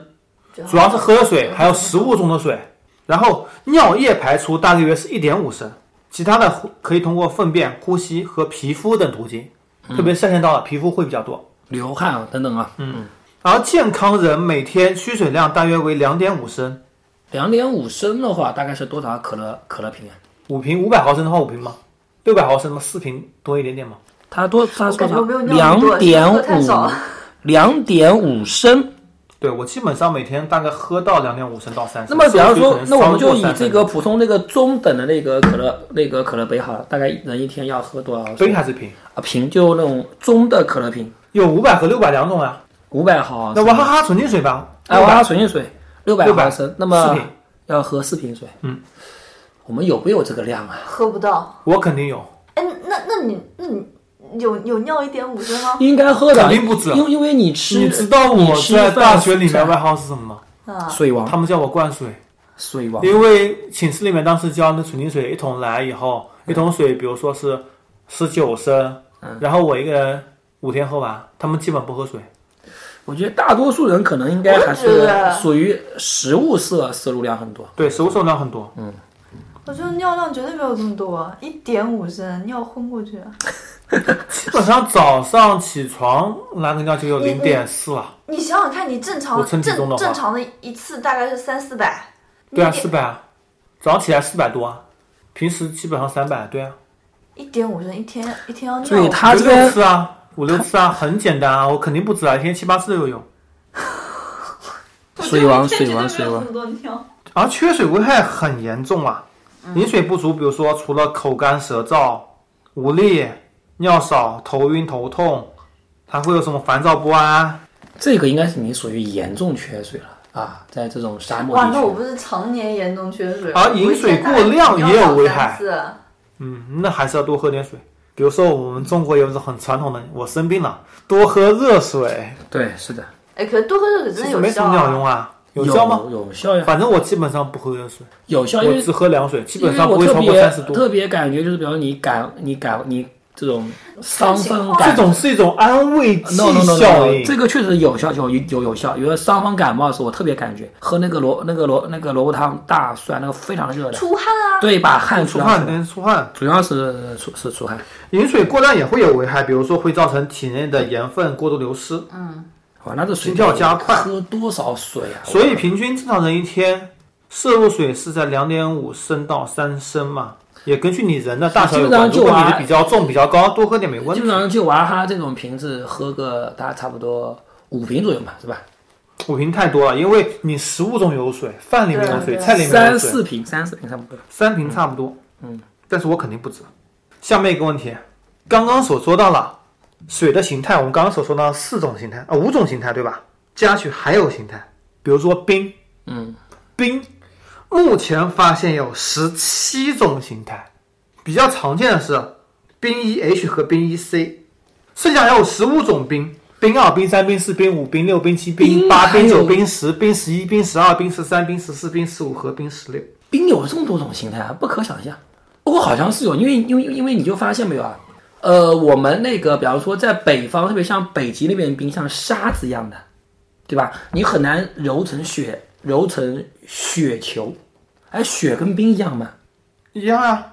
S4: 就好
S2: 主要是喝水，还有食物中的水，然后尿液排出大约是一点五升，其他的可以通过粪便、呼吸和皮肤等途径，特别夏天到了，啊皮肤会比较多。
S3: 流汗啊等等啊，嗯，
S2: 而健康人每天需水量大约为两点五升，
S3: 两点五升的话，大概是多少可乐可乐瓶啊？
S2: 五瓶五百毫升的话五瓶吗？六百毫升吗？四瓶多一点点吗？
S3: 他多他说
S4: 感觉
S3: 啥
S4: 我没有？尿那
S3: 两
S4: 么多
S3: 点
S4: 喝太少
S3: 五
S4: 了，
S3: 两点五升。
S2: 对我基本上每天大概喝到两点五升到三升。
S3: 那么，比方
S2: 所以
S3: 说
S2: 可能，
S3: 那我们
S2: 超
S3: 就
S2: 过
S3: 以
S2: 三
S3: 这
S2: 升
S3: 个普通那个中等的那个可乐那个可乐杯好了，大概人一天要喝多少水
S2: 杯还是瓶，
S3: 啊？瓶就那种中的可乐瓶，
S2: 有五百和六百两种呀、
S3: 五百毫
S2: 那
S3: 升。
S2: 娃哈哈纯净水吧，
S3: 哎，我
S2: 600
S3: 要纯净水六百毫升，那
S2: 四
S3: 么
S2: 瓶
S3: 要喝四瓶水。
S2: 嗯，
S3: 我们有没有这个量啊？
S4: 喝不到。
S2: 我肯定有。
S4: 哎，那那你那你有有尿一点五升吗？
S3: 应该喝的，
S2: 肯定不止啊
S3: 因因为你吃，
S2: 你知道我在大学里面外号是什么吗？
S4: 啊，
S3: 水
S2: 他
S3: 王，
S2: 们叫我灌水，
S3: 水王，
S2: 因为寝室里面当时叫那纯净水一桶来以后，一桶水比如说是十九升，然后我一个人五天喝完，他们基本不喝水。
S3: 我觉得大多数人可能应该还
S4: 我觉
S3: 是
S4: 得
S3: 属于食物摄摄入量很多。
S2: 对，食物摄入量很多。
S4: 我觉得尿量绝对没有这么多，一点五升尿昏过去。
S2: 基本上早上起床拉个尿就有零点四啊了，
S4: 你想想看，你正常
S2: 我称
S4: 正
S2: 体重的话
S4: 正常的一次大概是三四百，
S2: 对啊，
S4: 你
S2: 四百啊，早上起来四百多啊，平时基本上三百，对啊，
S4: 一点五升一天一天要尿。
S3: 所以他
S2: 五
S3: 这
S2: 六
S3: 边
S2: 次啊，五六次啊，很简单啊，我肯定不止啊，一天七八次都有用。
S3: 水王水王水王
S4: 很多尿。
S2: 而缺水危害很严重啊，饮水不足，比如说除了口干舌燥、无力、尿少、头晕头痛，还会有什么烦躁不安？啊
S3: 这个应该是你属于严重缺水了啊，在这种沙漠
S4: [laughs] 哇，
S3: 地
S4: 那我
S3: 区，
S4: 不是常年严重缺水，
S2: 啊饮水过量也有危害
S4: 我一天大概尿两三次
S2: 嗯，那还是要多喝点水。比如说我们中国有一种很传统的，我生病了，多喝热水，
S3: 对，是的，
S4: 哎，可是多喝热水
S2: 其
S4: 真的
S2: 实
S4: 有
S2: 没什
S4: 效、
S2: 么
S4: 啊。
S2: 鸟用啊，有效吗？
S3: 有效呀，
S2: 反正我基本上不喝热水，
S3: 有效，因
S2: 我
S3: 为
S2: 只喝凉水，基
S3: 因
S2: 本
S3: 为
S2: 上不
S3: 我
S2: 会
S3: 特
S2: 超过
S3: 别
S2: 三十度。
S3: 特别感觉就是，比方你感你感你这种伤
S4: 看情
S3: 风
S4: 况
S2: 这
S3: 感。
S2: 种是一种安慰剂
S3: no no no no，,
S2: 效
S3: no
S2: 应。
S3: 啊这个确实有效，有有有效。有的伤风感冒的时候，我特别感觉喝那个萝那个萝那个萝卜汤大蒜，那个非常热的，
S4: 出汗啊，
S3: 对，把汗出
S2: 出汗，能出汗。
S3: 主要是出是出汗。
S2: 饮水过量也会有危害，比如说会造成体内的盐分过度流失。
S4: 嗯
S3: 哇，那这水
S2: 心跳加快
S3: 喝多少水啊？
S2: 所以平均正常人一天摄入水是在两点五升到三升嘛，也根据你人的大小有关。
S3: 基
S2: 如果
S3: 本上就啊
S2: 你是比较重、比较高，多喝点没问
S3: 基
S2: 题
S3: 本。上就娃哈哈这种瓶子喝个大概差不多五瓶左右嘛，是吧？
S2: 五瓶太多了，因为你食物中有水，饭里面有水，
S4: 对对
S2: 菜里面有
S3: 三
S2: 水，
S3: 四瓶，三四瓶差不多。
S2: 三瓶差不多。嗯，但是我肯定不止。下面一个问题，刚刚所说到了水的形态，我们刚刚所说到了四种形态啊、五种形态对吧？接下去还有形态，比如说冰，
S3: 嗯，
S2: 冰目前发现有十七种形态，比较常见的是冰一 H 和冰一 C，剩下还有十五种冰。冰二、冰三、冰四、冰五、冰六、冰七、冰八、
S3: 冰还
S2: 冰
S3: 有
S2: 九、冰十、冰十一、冰十二、冰十三、冰十四、冰十五和冰十六。
S3: 冰有这么多种形态啊，不可想象。不过好像是有，因为因为因为你就发现没有啊？呃，我们那个，比方说在北方，特别像北极那边的冰，像沙子一样的，对吧？你很难揉成雪，揉成雪球。哎，雪跟冰一样嘛。
S2: 一样啊，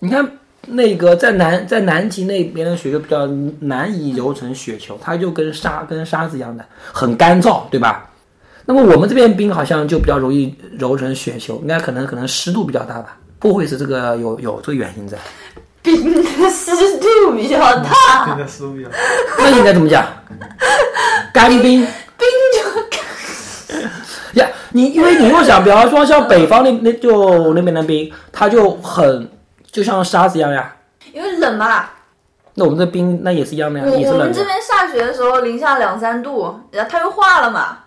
S3: 你看那个在南在南极那边的雪就比较难以揉成雪球，它就跟沙跟沙子一样的，很干燥，对吧？那么我们这边冰好像就比较容易揉成雪球，应该可能可能湿度比较大吧，不会是这个有有这个原因在。
S4: 冰的湿度比较大，
S3: 啊
S2: 真的失误了。
S3: 那应该怎么讲？干冰
S4: 冰就干。
S3: [laughs] 呀，你因为你又想，比方说像北方那那就那边的冰，它就很就像沙子一样呀。
S4: 因为冷嘛，
S3: 那我们这冰那也是一样的呀，
S4: 我
S3: 也是
S4: 我
S3: 冷
S4: 们
S3: 的
S4: 这，边下雪的时候零下两三度，然后它又化了嘛。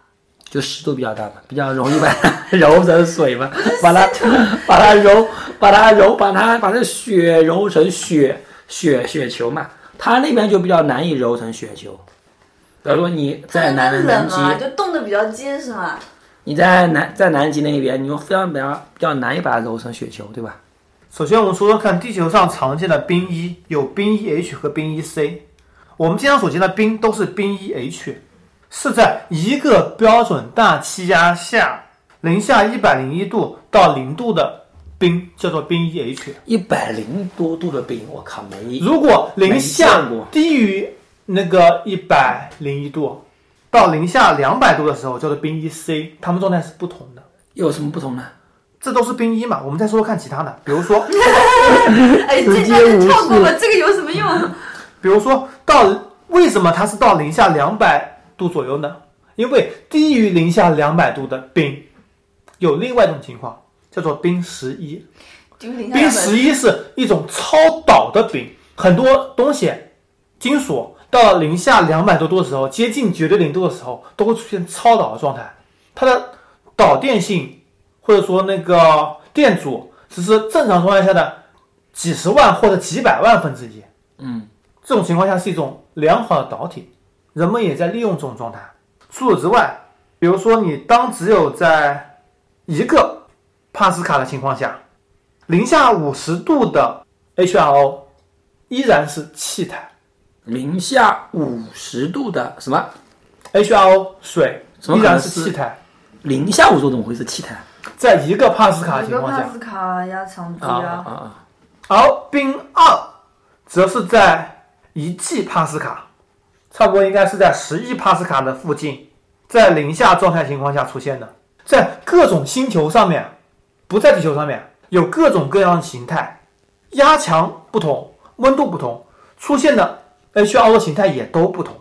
S3: 就湿度比较大嘛，比较容易把 [laughs] 它揉成水
S4: [laughs]
S3: 嘛，把它 [laughs] 把它揉把它揉把它把那雪揉成雪雪雪球嘛，它那边就比较难以揉成雪球。比如说你在
S4: 它那
S3: 南
S4: 边
S3: 南
S4: 冷
S3: 极，
S4: 嘛，就冻得比较结实嘛。
S3: 你在南在南极那边，你就非常比较比较难以把它揉成雪球，对吧？
S2: 首先，我们说说看地球上常见的冰一，有冰一 H 和冰一 C。我们经常所见的冰都是冰一 H，是在一个标准大气压下，零下一百零一度到零度的冰叫做冰一 H。
S3: 一百零多度的冰，我靠，没
S2: 如果零
S3: 没
S2: 下
S3: 见过
S2: 低于那个一百零一度，到零下两百度的时候叫做冰一 C，它们状态是不同的。
S3: 有什么不同呢？
S2: 这都是冰一嘛，我们再说说看其他的，比如说。
S4: 哎，这
S3: 直接
S4: 段就
S3: 无
S4: 跳过
S3: 视
S4: 吧，这个有什么用？啊
S2: 比如说到为什么它是到零下两百度左右呢？因为低于零下两百度的冰，有另外一种情况叫做冰十一。
S4: 就零下
S2: 冰
S4: 两百
S2: 十一是一种超导的冰，很多东西，金属到零下两百多度的时候，接近绝对零度的时候，都会出现超导的状态。它的导电性或者说那个电阻，只是正常状态下的几十万或者几百万分之一。
S3: 嗯，
S2: 这种情况下是一种良好的导体，人们也在利用这种状态。除此之外，比如说你当只有在一个帕斯卡的情况下，零下五十度的 HRO 依然是气态
S3: 零下五十度的什么？
S2: ，HRO 水
S3: 怎么
S2: 依
S3: 可能
S2: 然是
S3: 是
S2: 气态，
S3: 零下五十度怎么会是气态？
S2: 在一个帕斯卡的
S4: 一
S2: 啊情
S4: 个
S2: 况
S4: 帕
S2: 下，
S4: 斯卡压强度
S3: 啊
S4: 呀
S3: 啊，啊！
S2: 而冰二则是在一季帕斯卡，差不多应该是在十亿帕斯卡的附近，在零下状态情况下出现的，在各种星球上面，不在地球上面，有各种各样的形态，压强不同，温度不同，出现的 HRO 形态也都不同。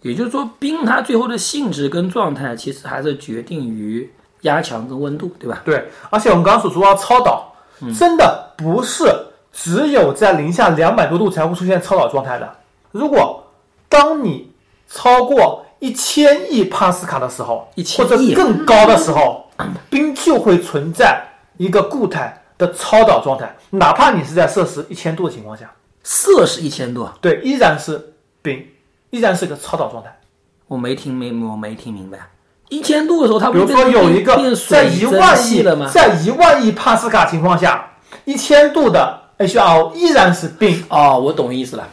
S3: 也就是说，冰它最后的性质跟状态，其实还是决定于压强跟温度，对吧？
S2: 对，而且我们刚刚所说到超导，真的不是只有在零下两百多度才会出现超导状态的。如果当你超过一千亿帕斯卡的时候，
S3: 1000
S2: 或者
S3: 亿
S2: 更高的时候，冰就会存在一个固态的超导状态，哪怕你是在摄氏一千度的情况下，
S3: 摄氏一千度，啊，
S2: 对，依然是冰，依然是个超导状态。
S3: 我没听没我没听明白。啊一千度的时候，它
S2: 比
S3: 不
S2: 如
S3: 是
S2: 说有一个
S3: 变
S2: 在
S3: 水
S2: 一
S3: 蒸
S2: 万
S3: 气
S2: 亿
S3: 了吗？
S2: 在一万亿帕斯卡情况下，一千度的 HRO 依然是冰，
S3: 哦，我懂意思了，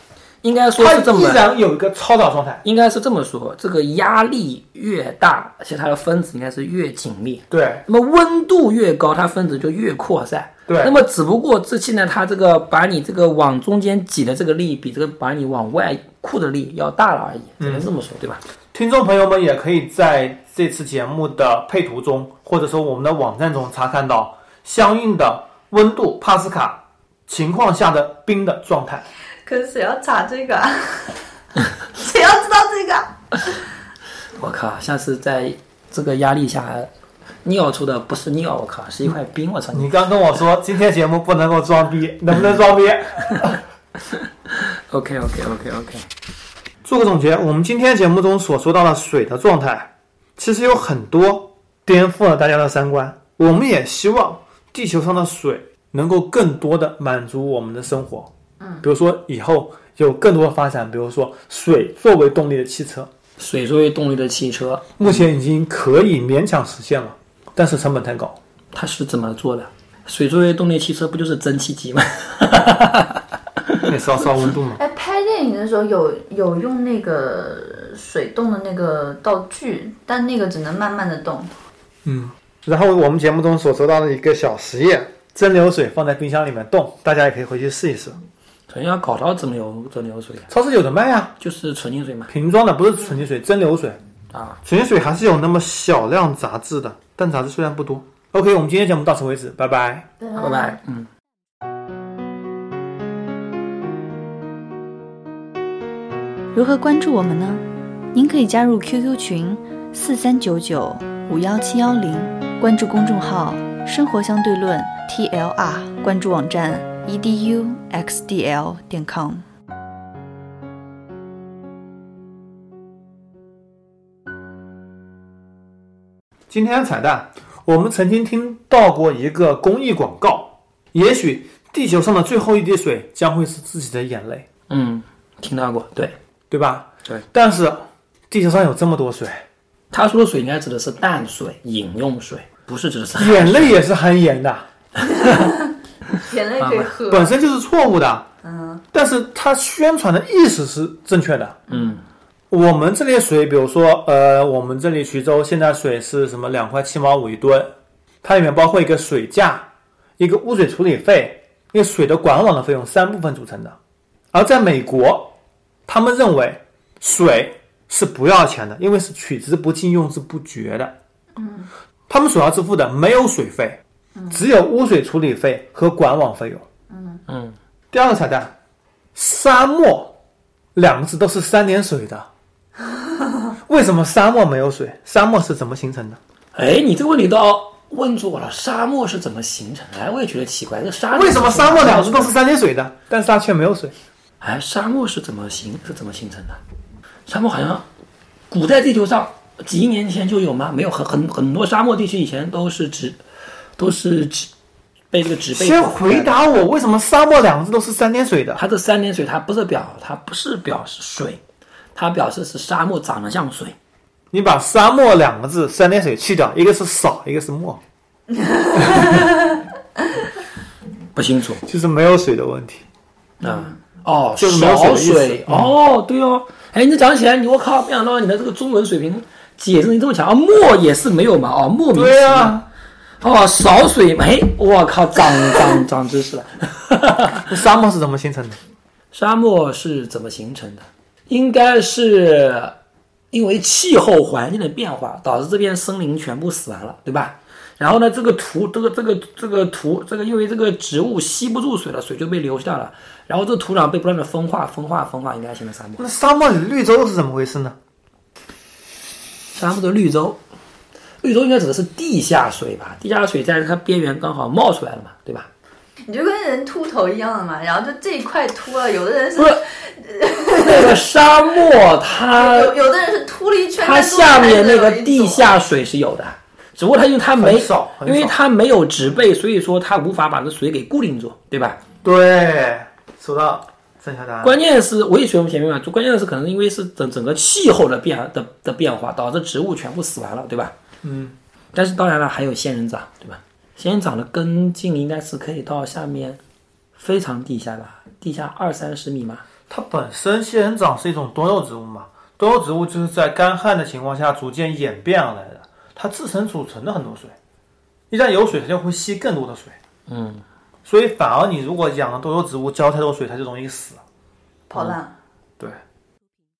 S3: 应该说
S2: 它
S3: 是这
S2: 依
S3: 么。
S2: 然有一个超导状态。
S3: 应该是这么说，这个压力越大，其实它的分子应该是越紧密。
S2: 对
S3: 那么温度越高，它分子就越扩散。
S2: 对
S3: 那么只不过这现在它这个把你这个往中间挤的这个力，比这个把你往外扩的力要大了而已，只能这么说，对吧？
S2: 听众朋友们也可以在这次节目的配图中，或者说我们的网站中查看到相应的温度帕斯卡情况下的冰的状态。
S4: 可是谁要查这个、啊？ [laughs] 谁要知道这个啊？
S3: 我靠，下次在这个压力下尿出的不是尿，我靠，是一块冰，我操！
S2: 你刚跟我说今天节目不能够装逼，能不能装逼？
S3: OK OK OK OK，
S2: 做个总结，我们今天节目中所说到的水的状态，其实有很多颠覆了大家的三观。我们也希望地球上的水能够更多的满足我们的生活，嗯，比如说以后有更多的发展，比如说水作为动力的汽车，
S3: 水作为动力的汽车，
S2: 目前已经可以勉强实现了，但是成本太 [laughs] 高。
S3: 它是怎么做的？水作为动力汽车不就是蒸汽机吗？ [laughs]
S2: 那烧烧温度嘛，
S4: 哎，拍电影的时候有有用那个水动的那个道具，但那个只能慢慢的动。
S2: 然后我们节目中所说到的一个小实验，蒸馏水放在冰箱里面冻，大家也可以回去试一试。
S3: 纯要搞到蒸馏蒸馏水，
S2: 超市有的卖啊，
S3: 就是纯净水嘛。
S2: 瓶装的不是纯净水，蒸馏水。
S3: 啊，
S2: 纯净水还是有那么小量杂质的，但杂质虽然不多。OK，我们今天节目到此为止，拜拜。
S3: 拜拜，嗯。
S5: 如何关注我们呢？您可以加入 QQ 群四三九九五幺七幺零，关注公众号“生活相对论 ”TLR，关注网站 E eduxdl 点 com。
S2: 今天的彩蛋，我们曾经听到过一个公益广告，也许地球上的最后一滴水将会是自己的眼泪，
S3: 嗯，听到过。对，
S2: 对吧？
S3: 对。
S2: 但是地球上有这么多水，
S3: 他说的水应该指的是淡水、饮用水，不是指的是海
S2: 眼泪 [laughs] 也是含盐的，
S4: 眼泪可以喝。
S2: 本身就是错误的。嗯。但是它宣传的意识是正确的。
S3: 嗯，
S2: 我们这里的水，比如说，呃，我们这里徐州现在水是什么两块七毛五一吨，它里面包括一个水价、一个污水处理费、一个水的管网的费用三部分组成的。而在美国，他们认为水是不要钱的，因为是取之不尽、用之不绝的。嗯，他们所要支付的没有水费，只有污水处理费和管网费用。嗯
S3: 嗯。
S2: 第二个彩蛋，沙漠两个字都是三点水 [laughs] 的。为什么沙漠没有水？沙漠是怎么形成的？
S3: 哎，你这个问题倒问住我了。沙漠是怎么形成的？哎，我也觉得奇怪，这沙
S2: 为什么沙漠两个字都
S3: 是？
S2: 是三点水的，但是它却没有水？
S3: 哎，沙漠是怎么形是怎么形成的？沙漠好像古代地球上几亿年前就有吗？没有，很很很多沙漠地区以前都是植，都是植被这个植被
S2: 先
S3: 覆盖
S2: 回
S3: 的
S2: 答我，为什么沙漠两个字都是三点水的？
S3: 它这三点水，它不是表，它不是表示水，它表示是沙漠长得像水。
S2: 你把沙漠两个字三点水去掉，一个是少，一个是漠，
S3: 不清楚
S2: 就是没有水的问题。
S3: 啊、哦，
S2: 就是没有水
S3: 少
S2: 的意思嗯
S3: 水哦，对哦，哎，你这讲起来，你我靠，没想到你的这个中文水平解释你这么强啊，漠也是没有嘛，哦，莫名其
S2: 对
S3: 妙，
S2: 啊，
S3: 哦，少水，哎，我靠，长长长知识了。 [laughs]
S2: 那沙漠是怎么形成的？
S3: 沙漠是怎么形成的？应该是因为气候环境的变化，导致这片森林全部死完了，对吧？然后呢，这个土，这个这个这个土，这个因为这个植物吸不住水了，水就被流下了，然后这土壤被不断的风化，风化，风化，应该形成沙漠。
S2: 那沙漠里绿洲是怎么回事呢？
S3: 南部的绿洲，绿洲应该指的是地下水吧？地下水在它边缘刚好冒出来了嘛，对吧？
S4: 你就跟人秃头一样的嘛，然后就这一块秃了，有的人是
S3: 不是那个沙漠它
S4: 有有的人是秃了一圈，
S3: 啊它
S4: 但肚子
S3: 下
S4: 还
S3: 面
S4: 是
S3: 那
S4: 有
S3: 个
S4: 一
S3: 地
S4: 撮
S3: 下水是有的，只不过它因为它没
S2: 很少很
S3: 因为
S2: 少
S3: 它没有植被，所以说它无法把那水给固定住，对吧？
S2: 对，说到正确答案。
S3: 关键是我也学不前面嘛，就关键是可能因为是整整个气候的变的的变化，导致植物全部死完了，对吧？
S2: 嗯，
S3: 但是当然了，还有仙人掌，对吧？仙人掌的根茎应该是可以到下面非常地下吧，地下二三十米嘛。
S2: 它本身仙人掌是一种多肉植物嘛，多肉植物就是在干旱的情况下逐渐演变而来的，它自身储存了很多水，一旦有水，它就会吸更多的水。
S3: 嗯，
S2: 所以反而你如果养了多肉植物，浇太多水，它就容易死。
S4: 跑烂。
S2: 对，